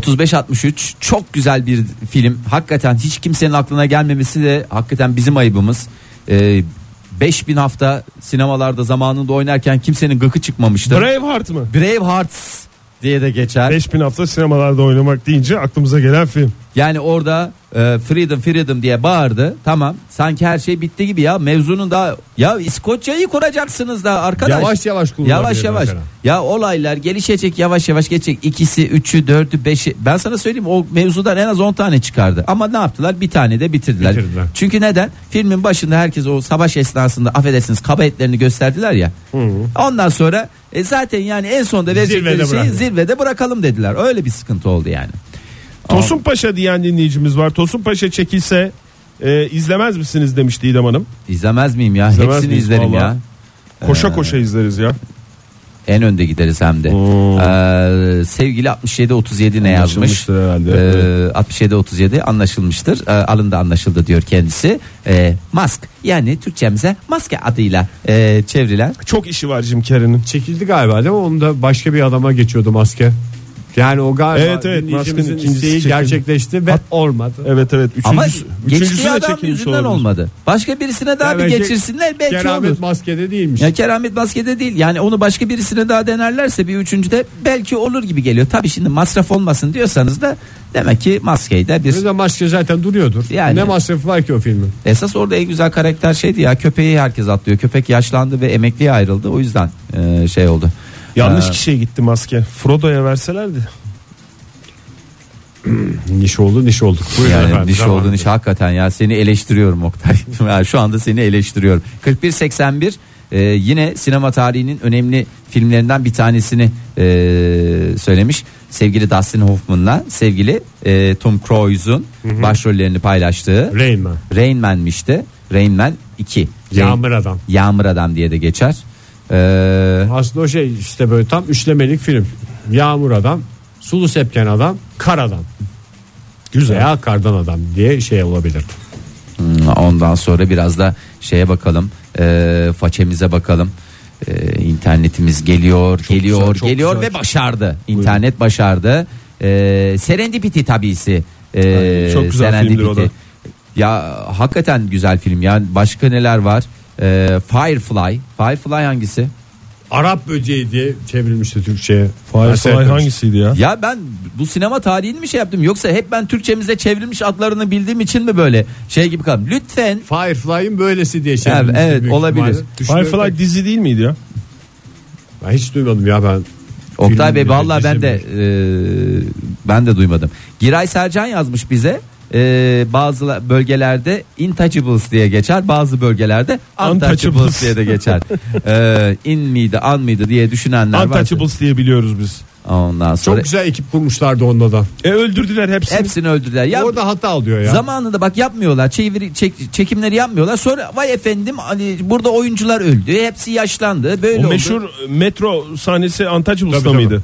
S3: 35-63 çok güzel bir film. Hakikaten hiç kimsenin aklına gelmemesi de hakikaten bizim ayıbımız. Ee, 5000 hafta sinemalarda zamanında oynarken kimsenin gıkı çıkmamıştı.
S5: Braveheart mı?
S3: Bravehearts diye de geçer.
S5: 5000 hafta sinemalarda oynamak deyince aklımıza gelen film.
S3: Yani orada e, freedom freedom diye bağırdı. Tamam sanki her şey bitti gibi ya. Mevzunun da ya İskoçya'yı kuracaksınız da arkadaş.
S2: Yavaş yavaş kullanılıyor
S3: Yavaş yavaş.
S2: mesela.
S3: Ya olaylar gelişecek yavaş yavaş geçecek. İkisi, üçü, dördü, beşi. Ben sana söyleyeyim o mevzudan en az 10 tane çıkardı. Ama ne yaptılar? Bir tane de bitirdiler.
S2: Bitirdiler.
S3: Çünkü neden? Filmin başında herkes o savaş esnasında affedersiniz kabahatlerini gösterdiler ya. Ondan sonra e, zaten yani en sonunda verecekleri
S5: Zirvede
S3: şeyi
S5: bırakın.
S3: zirvede bırakalım dediler. Öyle bir sıkıntı oldu yani.
S5: Tosun Paşa diyen dinleyicimiz var. Tosun Paşa çekilse e, izlemez misiniz demiş Didem Hanım.
S3: İzlemez miyim ya?
S5: İzlemez
S3: Hepsini
S5: miyiz
S3: izlerim ya.
S5: vallahi?
S2: Ee.
S5: Koşa koşa izleriz ya.
S3: En önde gideriz hem de. Ee, sevgili 67 37 ne yazmış?
S5: Anlaşılmıştır herhalde.
S3: Ee, 67 37 anlaşılmıştır. Ee, alında anlaşıldı diyor kendisi. Ee, mask yani Türkçemize maske adıyla e, çevrilen.
S5: Çok işi var Jim Carrey'nin.
S2: Çekildi galiba değil mi? Onu da başka bir adama geçiyordu maske. Yani o galiba
S5: Evet, evet,
S2: dinleyicimizin
S5: maskenin ikincisi
S2: isteği
S5: çekildi.
S2: gerçekleşti ve
S5: Hat-
S2: olmadı.
S5: Evet evet. Üçüncüsü,
S3: Ama
S5: üçüncüsü
S3: geçtiği
S5: de
S3: adam
S5: çekilmiş
S3: yüzünden
S5: olabilir.
S3: olmadı. Başka birisine daha bir
S2: Bence
S3: geçirsinler belki
S2: Keramet
S3: olur.
S2: maskede değilmiş.
S3: Ya keramet maskede değil yani onu başka birisine daha denerlerse bir üçüncüde belki olur gibi geliyor. Tabii şimdi masraf olmasın diyorsanız da demek ki maskeyi de bir
S2: Bir de maske zaten duruyordur.
S3: Yani.
S2: Ne masrafı var ki o filmin?
S3: Esas orada en güzel karakter şeydi ya köpeği herkes atlıyor. Köpek yaşlandı ve emekliye ayrıldı o yüzden e, şey oldu.
S5: Yanlış
S3: Ee,
S5: kişiye gitti maske. Frodo'ya verselerdi.
S2: Niş oldu niş olduk. Buyurun
S3: yani
S2: efendim,
S3: diş
S2: tamam.
S3: olduğun iş hakikaten ya seni eleştiriyorum Oktay. Ya şu anda seni eleştiriyorum. 4181 e, yine sinema tarihinin önemli filmlerinden bir tanesini e, söylemiş. Sevgili Dustin Hoffman'la sevgili e, Tom Cruise'un başrollerini paylaştığı
S2: Rain Man.
S3: Rain Man'mişti. Rain Man 2.
S2: Yağmur Adam.
S3: Yağmur Adam diye de geçer. Ee,
S2: Aslında o şey işte böyle tam üçlemelik film. Yağmur adam, sulu sepken adam, kar adam. Güzel. Veya kardan adam diye şey olabilir.
S3: Hmm, Ondan sonra biraz da şeye bakalım, e, façemize bakalım. E, internetimiz geliyor, geliyor,
S2: güzel, çok
S3: geliyor
S2: güzel.
S3: ve başardı. İnternet başardı. E, Serendipity tabisi. E,
S5: Ay, çok güzel
S3: Serendipity.
S5: filmdir o da.
S3: Ya hakikaten güzel film. Yani başka neler var? E, Firefly. Firefly hangisi?
S2: Arap böceği diye çevrilmişti Türkçe'ye. Ben
S5: Firefly
S2: seyretmemiştim.
S5: hangisiydi ya?
S3: Ya ben bu sinema tarihini mi şey yaptım yoksa hep ben Türkçemizde çevrilmiş adlarını bildiğim için mi böyle şey gibi kaldım. Lütfen
S2: Firefly'ın böylesi diye çevrilmişti.
S3: Evet, evet,
S2: büyük
S3: olabilir.
S2: ihtimalle. Düşünüyorum
S5: Firefly dizi değil miydi ya?
S2: Ben hiç duymadım ya ben.
S3: Oktay
S2: Film
S3: Bey
S2: bile,
S3: vallahi
S2: dizi
S3: ben de e, ben de duymadım. Giray Sercan yazmış bize. e, bazı la- bölgelerde intouchables diye geçer. Bazı bölgelerde untouchables
S5: Untouchables.
S3: diye de geçer. E, in miydi, an mıydı diye düşünenler var.
S5: Untouchables diye biliyoruz biz.
S3: Ondan
S2: Çok
S3: sonra
S2: güzel ekip kurmuşlardı onda da.
S5: E öldürdüler hepsini.
S3: hepsini öldürdüler. Ya
S2: Orada hata alıyor ya.
S3: Zamanında bak yapmıyorlar. Çeviri, çek- çekimleri yapmıyorlar. Sonra vay efendim hani burada oyuncular öldü. Hepsi yaşlandı. Böyle
S5: o
S3: oldu.
S5: meşhur metro sahnesi Untouchables'ta
S2: Tabii,
S5: mıydı?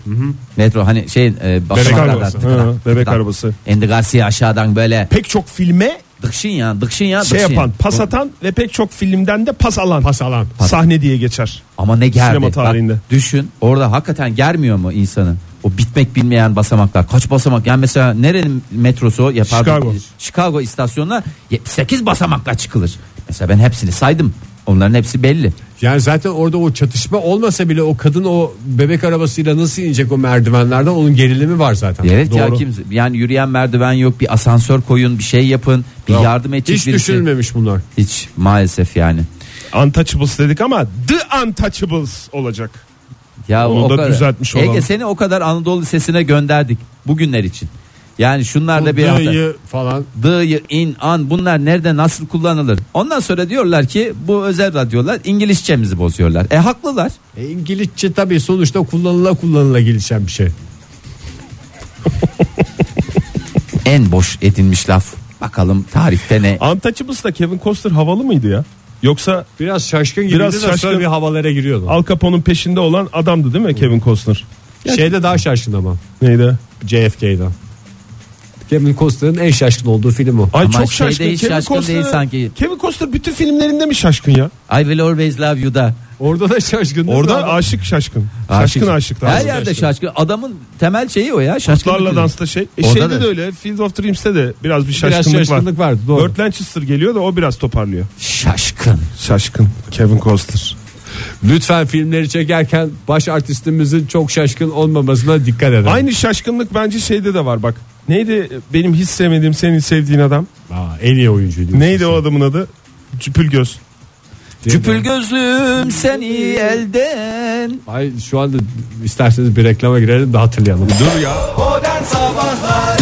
S3: Metro hani şey e, basamaklardan
S5: arabası.
S3: tıkadan,
S5: Ha, bebek
S3: tıkadan.
S5: arabası.
S3: Andy Garcia aşağıdan böyle
S5: Pek çok filme
S3: Dıkşın ya dıkşın ya dıkşın.
S5: şey yapan, pas
S3: Bu-
S5: atan ve pek çok filmden de pas alan.
S2: Pas alan.
S5: Sahne diye geçer.
S3: Ama ne gerdi.
S5: Sinema
S3: Bak,
S5: tarihinde.
S3: düşün orada hakikaten germiyor mu insanın? O bitmek bilmeyen basamaklar. Kaç basamak? Yani mesela nerenin metrosu yapar?
S5: Chicago.
S3: Chicago istasyonuna 8 basamakla çıkılır. Mesela ben hepsini saydım. Onların hepsi belli.
S2: Yani zaten orada o çatışma olmasa bile o kadın o bebek arabasıyla nasıl inecek o merdivenlerden onun gerilimi var zaten.
S3: Evet ya
S2: Doğru.
S3: kimse yani yürüyen merdiven yok bir asansör koyun bir şey yapın bir
S2: Bravo.
S3: yardım edecek
S2: Hiç
S3: birisi.
S2: düşünülmemiş bunlar.
S3: Hiç maalesef yani.
S5: Untouchables dedik ama The Untouchables olacak.
S3: Ya
S5: Onu da düzeltmiş
S3: Ege
S5: olalım.
S3: seni o kadar Anadolu Lisesi'ne gönderdik bugünler için. Yani şunlar da bir hata.
S2: Dayı falan.
S3: Dı'yı, in, an bunlar nerede nasıl kullanılır? Ondan sonra diyorlar ki bu özel radyolar İngilizcemizi bozuyorlar. E haklılar.
S2: E, İngilizce tabii sonuçta kullanıla kullanıla gelişen bir şey.
S3: En boş edinmiş laf. Bakalım tarihte ne?
S5: Untouchables'da Kevin Costner havalı mıydı ya? Yoksa
S2: Biraz şaşkın gibi
S5: Biraz
S2: de sonra
S5: şaşkın.
S2: bir havalara giriyordu.
S5: Al Capone'un peşinde olan adamdı değil mi Kevin Costner? Şey
S2: Şeyde daha şaşkın ama
S5: Neydi?
S2: JFK'da. Kevin Costner'ın en şaşkın olduğu film o.
S5: Ay
S3: Ama
S5: çok
S3: şeyde
S5: şaşkın.
S3: hiç şaşkın değil sanki.
S5: Kevin Costner bütün filmlerinde mi şaşkın ya?
S3: I will always love you'da.
S2: Orada da şaşkın değil mi
S5: Orada
S2: adam?
S5: aşık şaşkın. Şaşkın aşıklar.
S3: Her yerde şaşkın. Adamın temel şeyi o ya. Şaşkınlık.
S5: Larla dansta şey. E
S3: Orada
S5: şeyde
S3: da-
S5: de öyle. Field of Dreams'te de biraz bir şaşkınlık,
S2: biraz şaşkınlık
S5: var.
S2: vardı doğru.
S5: Burt Lancaster geliyor da o biraz toparlıyor.
S3: Şaşkın.
S5: Şaşkın Kevin Costner.
S2: Lütfen filmleri çekerken baş artistimizin çok şaşkın olmamasına dikkat edin.
S5: Aynı şaşkınlık bence şeyde de var bak. Neydi benim hiç sevmediğim senin sevdiğin adam?
S2: Aa, en iyi oyuncuydu.
S5: Neydi o adamın adı? Cüpül göz.
S3: Cüpül gözlüm seni elden.
S2: Ay şu anda isterseniz bir reklama girelim de hatırlayalım. Dur ya.
S1: Modern Sabahlar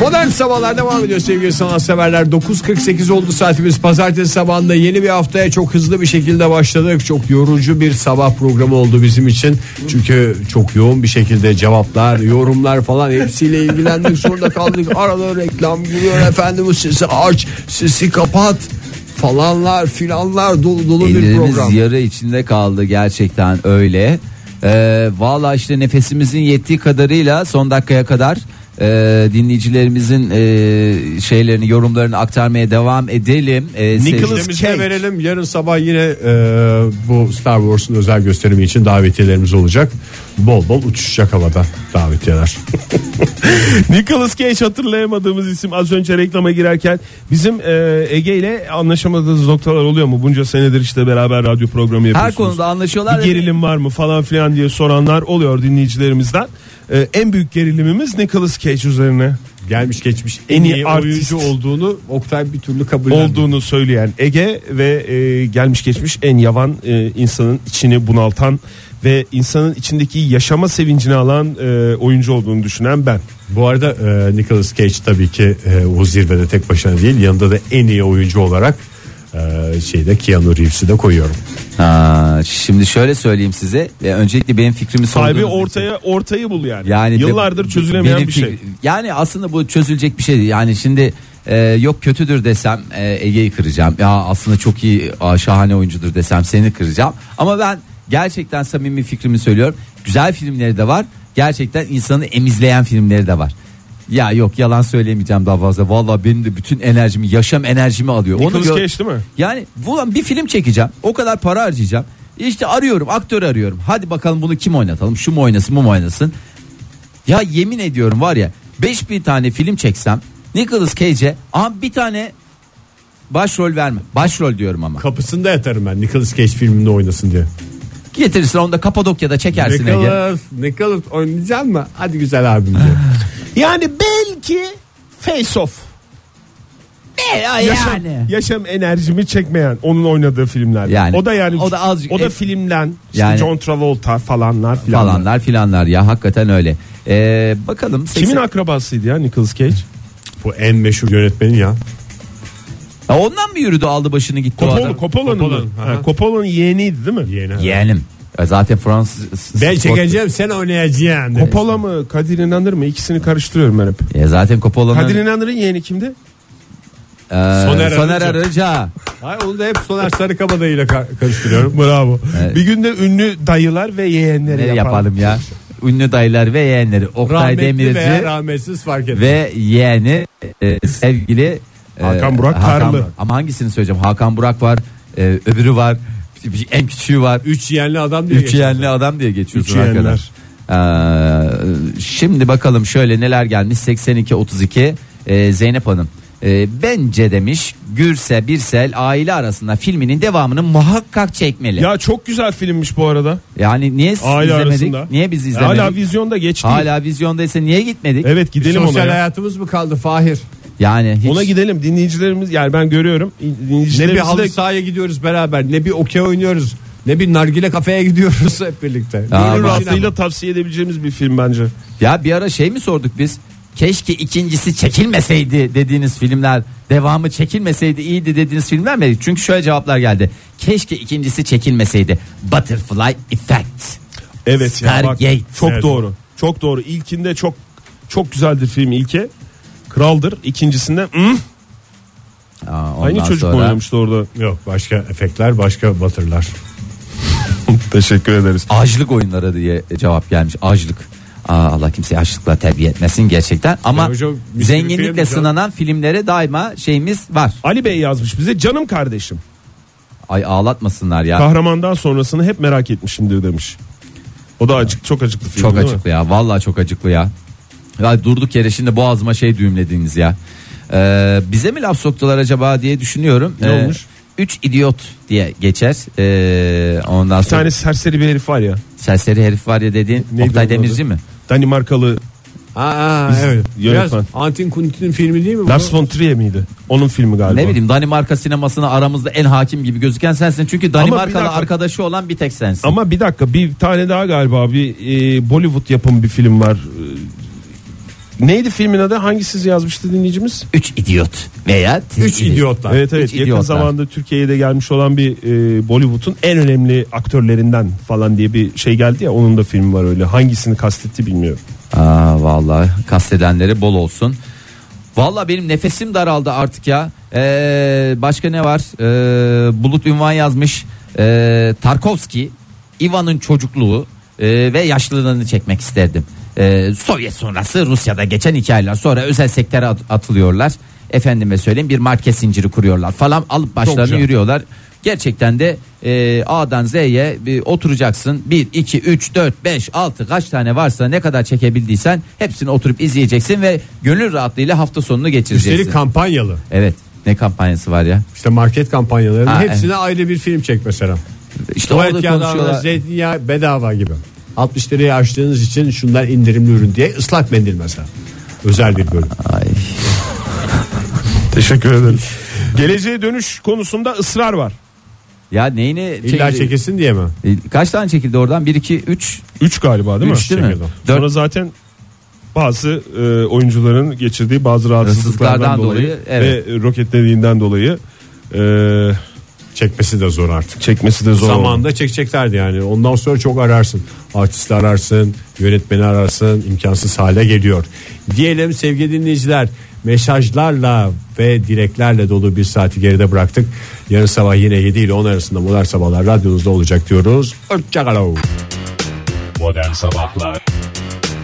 S2: Modern sabahlar devam ediyor sevgili sanatseverler. 9.48 oldu saatimiz. Pazartesi sabahında yeni bir haftaya çok hızlı bir şekilde başladık. Çok yorucu bir sabah programı oldu bizim için. Çünkü çok yoğun bir şekilde cevaplar, yorumlar falan hepsiyle ilgilenmek zorunda kaldık. Arada reklam giriyor efendim sesi aç, sesi kapat falanlar filanlar dolu dolu bir program.
S3: Ellerimiz yarı içinde kaldı gerçekten öyle. Ee, Valla işte nefesimizin yettiği kadarıyla son dakikaya kadar e, dinleyicilerimizin e, şeylerini yorumlarını aktarmaya devam edelim. E,
S5: Nicholas
S3: sevgili-
S2: Listemizi de verelim. Yarın sabah yine e, bu Star Wars'un özel gösterimi için davetiyelerimiz olacak. Bol bol uçuşacak havada davetiyeler.
S5: Nicholas Cage hatırlayamadığımız isim az önce reklama girerken bizim e, Ege ile anlaşamadığınız noktalar oluyor mu? Bunca senedir işte beraber radyo programı
S3: her
S5: yapıyorsunuz.
S3: konuda anlaşıyorlar.
S5: bir gerilim var mı falan filan diye soranlar oluyor dinleyicilerimizden. E, en büyük gerilimimiz Nicholas Cage üzerine
S2: Gelmiş geçmiş
S5: En
S2: en
S5: iyi
S2: iyi
S5: artist.
S2: oyuncu olduğunu Oktay bir türlü kabul oldu.
S5: olduğunu söyleyen Ege ve e, gelmiş geçmiş en yavan e, insanın içini bunaltan ve insanın içindeki yaşama sevincini alan e, oyuncu olduğunu düşünen ben.
S2: Bu arada e, Nicolas Cage tabii ki e, o zirvede tek başına değil. Yanında da en iyi oyuncu olarak e, şeyde Keanu Reeves'i de koyuyorum.
S3: Aa, şimdi şöyle söyleyeyim size. Ve öncelikle benim fikrimi
S5: Sahibi
S3: sorduğunuz için-
S5: ortaya ortayı bul yani.
S3: Yani de-
S5: Yıllardır çözülemeyen
S3: benim
S5: bir şey.
S3: fik- Yani aslında bu çözülecek bir şey. değil. Yani şimdi e, yok kötüdür desem e, Ege'yi kıracağım. Ya aslında çok iyi a, şahane oyuncudur desem seni kıracağım. Ama ben gerçekten samimi fikrimi söylüyorum. Güzel filmleri de var. Gerçekten insanı emizleyen filmleri de var. Ya yok yalan söylemeyeceğim daha fazla. Valla benim de bütün enerjimi, yaşam enerjimi alıyor.
S5: Nicolas
S3: gör-
S5: Cage değil mi?
S3: yani ulan bir film çekeceğim. O kadar para harcayacağım. İşte arıyorum aktör arıyorum. Hadi bakalım bunu kim oynatalım? Şu mu oynasın bu mu oynasın? Ya yemin ediyorum var ya 5000 tane film çeksem Nicolas Cage'e ama bir tane başrol verme. Başrol diyorum ama.
S2: Kapısında yatarım ben Nicolas Cage filminde oynasın diye.
S3: Getirirsin onu da Kapadokya'da çekersin Ege.
S2: Nicolas, Nicolas oynayacak mı? Hadi güzel abim diye.
S5: Yani belki Face Off.
S3: E, ya
S5: Yaşam,
S3: yani.
S5: yaşam enerjimi çekmeyen onun oynadığı filmler.
S3: Yani.
S5: o da yani
S3: O da azıcık-
S5: o da
S3: e-
S5: filmden işte
S3: Yani.
S5: John Travolta falanlar filanlar.
S3: Falanlar filanlar ya hakikaten öyle. Ee, bakalım.
S5: Kimin
S3: seksen-
S5: akrabasıydı ya Nicolas Cage?
S2: Bu en meşhur yönetmenin ya.
S3: Ya ondan mı yürüdü aldı başını gitti o adam?
S5: Coppola, Coppola'nın
S2: Coppola'nın,
S5: mı?
S2: aha.
S5: Ha, Coppola'nın yeğeniydi değil mi?
S2: Yeğeni.
S3: Yeğenim. Ya Zaten Fransız.
S2: Ben
S3: Scott-
S2: çekeceğim sen oynayacaksın. de.
S5: Coppola mı Kadir İnanır mı? İkisini karıştırıyorum ben hep.
S3: Ya E, zaten
S5: Kadir
S3: Coppola'nın
S5: İnanır'ın yeğeni kimdi?
S3: Ee,
S2: Soner
S3: Soner
S2: Arıca.
S3: Arıca.
S2: Ay onu da hep Soner Sarıkabada ile kar- karıştırıyorum.
S5: Bravo.
S3: Evet.
S5: Bir günde ünlü dayılar ve yeğenleri
S3: Ne
S5: yapalım.
S3: yapalım ya? Ünlü dayılar ve yeğenleri. Oktay
S2: Rahmetli
S3: Demirci
S2: veya
S3: ve,
S2: rahmetsiz fark etmez.
S3: yeğeni e, sevgili e,
S5: Hakan Burak Karlı.
S3: Ama hangisini söyleyeceğim? Hakan Burak var, e, öbürü var, bir- bir- en küçüğü var.
S2: Üç yeğenli adam diye
S3: Üç yeğenli adam diye geçiyorsun
S5: Üç yeğenler.
S3: arkadaş. Ee, şimdi bakalım şöyle neler gelmiş 82 32 ee, Zeynep Hanım. ee, bence demiş Gürse Birsel aile arasında filminin devamını muhakkak çekmeli.
S5: Ya çok güzel filmmiş bu arada.
S3: yani niye siz
S5: Aile
S3: izlemedik?
S5: arasında.
S3: Niye biz izlemedik?
S5: Hala vizyonda geçti.
S3: Hala vizyondaysa niye gitmedik?
S5: Evet gidelim ona.
S2: Sosyal
S5: ya.
S2: hayatımız mı kaldı Fahir?
S3: Yani hiç
S5: Ona gidelim dinleyicilerimiz yani ben görüyorum
S2: Ne bir
S5: dinleyicilerimiz
S2: halı
S5: de
S2: sahaya gidiyoruz beraber, ne bir okey oynuyoruz, ne bir nargile kafeye gidiyoruz hep birlikte.
S3: Aa,
S5: gönül
S3: bak.
S5: rahatlığıyla tavsiye edebileceğimiz bir film bence.
S3: Ya bir ara şey mi sorduk biz? Keşke ikincisi çekilmeseydi dediğiniz filmler devamı çekilmeseydi iyiydi dediğiniz filmler mi? Çünkü şöyle cevaplar geldi. Keşke ikincisi çekilmeseydi. Butterfly Effect.
S5: Evet ya bak,
S3: Stargate.
S5: çok
S3: Evet.
S5: doğru. Çok doğru. İlkinde çok çok güzeldir film ilke. Kraldır. İkincisinde hı,
S3: Aa, ondan
S5: aynı çocuk mu
S3: sonra-
S5: oynamıştı orada.
S2: Yok başka efektler, başka batırlar.
S5: Teşekkür ederiz.
S3: Açlık oyunları diye cevap gelmiş. Açlık. Aa, Allah kimseyi açlıkla terbiye etmesin gerçekten. Ama
S2: Ya hocam, bir sürü film
S3: zenginlikle
S2: canım.
S3: sınanan filmlere daima şeyimiz var.
S5: Ali Bey yazmış bize canım kardeşim.
S3: Ay ağlatmasınlar ya.
S5: Kahramandan sonrasını hep merak etmişimdir demiş. O da acık çok acıklı film.
S3: Çok
S5: değil mi?
S3: acıklı ya. Vallahi çok acıklı ya. Ya durduk yere şimdi boğazıma şey düğümlediniz ya. Ee, bize mi laf soktular acaba diye düşünüyorum. Ee,
S5: Ne olmuş?
S3: Üç idiot diye geçer. Ee, ondan
S5: Bir
S3: sonra
S5: tane serseri bir herif var ya.
S3: serseri herif var ya dediğin
S5: Neydi
S3: Oktay
S5: onun adı?
S3: Demirci mi?
S5: Danimarkalı
S2: Aa, evet. Biraz
S5: yönetmen.
S2: Antin Kuntin'in filmi değil mi bu?
S5: Lars von Trier miydi? Onun filmi galiba.
S3: Ne bileyim Danimarka sinemasına aramızda en hakim gibi gözüken sensin. Çünkü
S5: bir
S3: Danimarkalı
S5: dakika.
S3: arkadaşı olan bir tek sensin.
S5: Ama bir dakika bir tane daha galiba bir e, Bollywood yapımı bir film var. E, neydi filmin adı? Hangisi yazmıştı dinleyicimiz?
S3: Üç idiot veya
S2: Üç idiotlar.
S5: Evet evet
S3: Üç
S5: yakın
S3: idiotlar.
S5: zamanda Türkiye'ye de gelmiş olan bir e, Bollywood'un en önemli aktörlerinden falan diye bir şey geldi ya onun da filmi var öyle. Hangisini kastetti bilmiyorum.
S3: Aa vallahi kastedenleri bol olsun. Vallahi benim nefesim daraldı artık ya. Ee, başka ne var? Ee, Bulut Ünvan yazmış. Ee, Tarkovski, Ivan'ın çocukluğu e, ve yaşlılığını çekmek isterdim. Ee, Sovyet sonrası Rusya'da geçen hikayeler. Sonra özel sektöre at- atılıyorlar. Efendime söyleyeyim bir market zinciri kuruyorlar falan. Alıp başlarını
S2: güzel.
S3: yürüyorlar. Gerçekten de e, A'dan Z'ye bir oturacaksın. 1, 2, 3, 4, 5, 6 kaç tane varsa ne kadar çekebildiysen hepsini oturup izleyeceksin ve gönül rahatlığıyla hafta sonunu geçireceksin.
S2: Üstelik kampanyalı.
S3: evet ne kampanyası var ya.
S2: İşte market kampanyalarının
S3: Ha,
S2: hepsine ayrı bir film çek mesela.
S3: İşte orada
S2: Tuvalet kağıdına
S3: konuşuyorlar.
S2: zeytinyağı bedava gibi. 60 liraya açtığınız için şunlar indirimli ürün diye ıslak mendil mesela. Özel bir bölüm.
S3: Ay.
S5: Teşekkür ederiz. Geleceğe dönüş konusunda ısrar var.
S3: Ya neyini
S2: İlla
S3: çekil-
S2: çekesin diye mi?
S3: E, Kaç tane çekildi oradan? 1 2 3
S5: 3 galiba değil
S3: Üç
S5: mi?
S3: değil mi?
S5: Şekilde.
S3: Dört.
S5: Sonra zaten bazı e, oyuncuların geçirdiği bazı rahatsızlıklardan
S3: Rahatsızlıklardan
S5: dolayı,
S3: dolayı, evet.
S5: ve roketlediğinden dolayı e,
S2: Çekmesi de zor artık.
S5: çekmesi de zor. oldu.
S2: Zamanında çekeceklerdi yani. Ondan sonra çok ararsın. Artisti ararsın, yönetmeni ararsın. imkansız hale geliyor. Diyelim sevgili dinleyiciler mesajlarla ve dileklerle dolu bir saati geride bıraktık. Yarın sabah yine 7 ile 10 arasında Modern Sabahlar radyonuzda olacak diyoruz. Hoşçakalın.
S7: Modern Sabahlar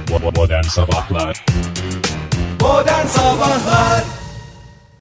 S7: Bo- bo- Modern Sabahlar
S1: Oh, Modern Sabahlar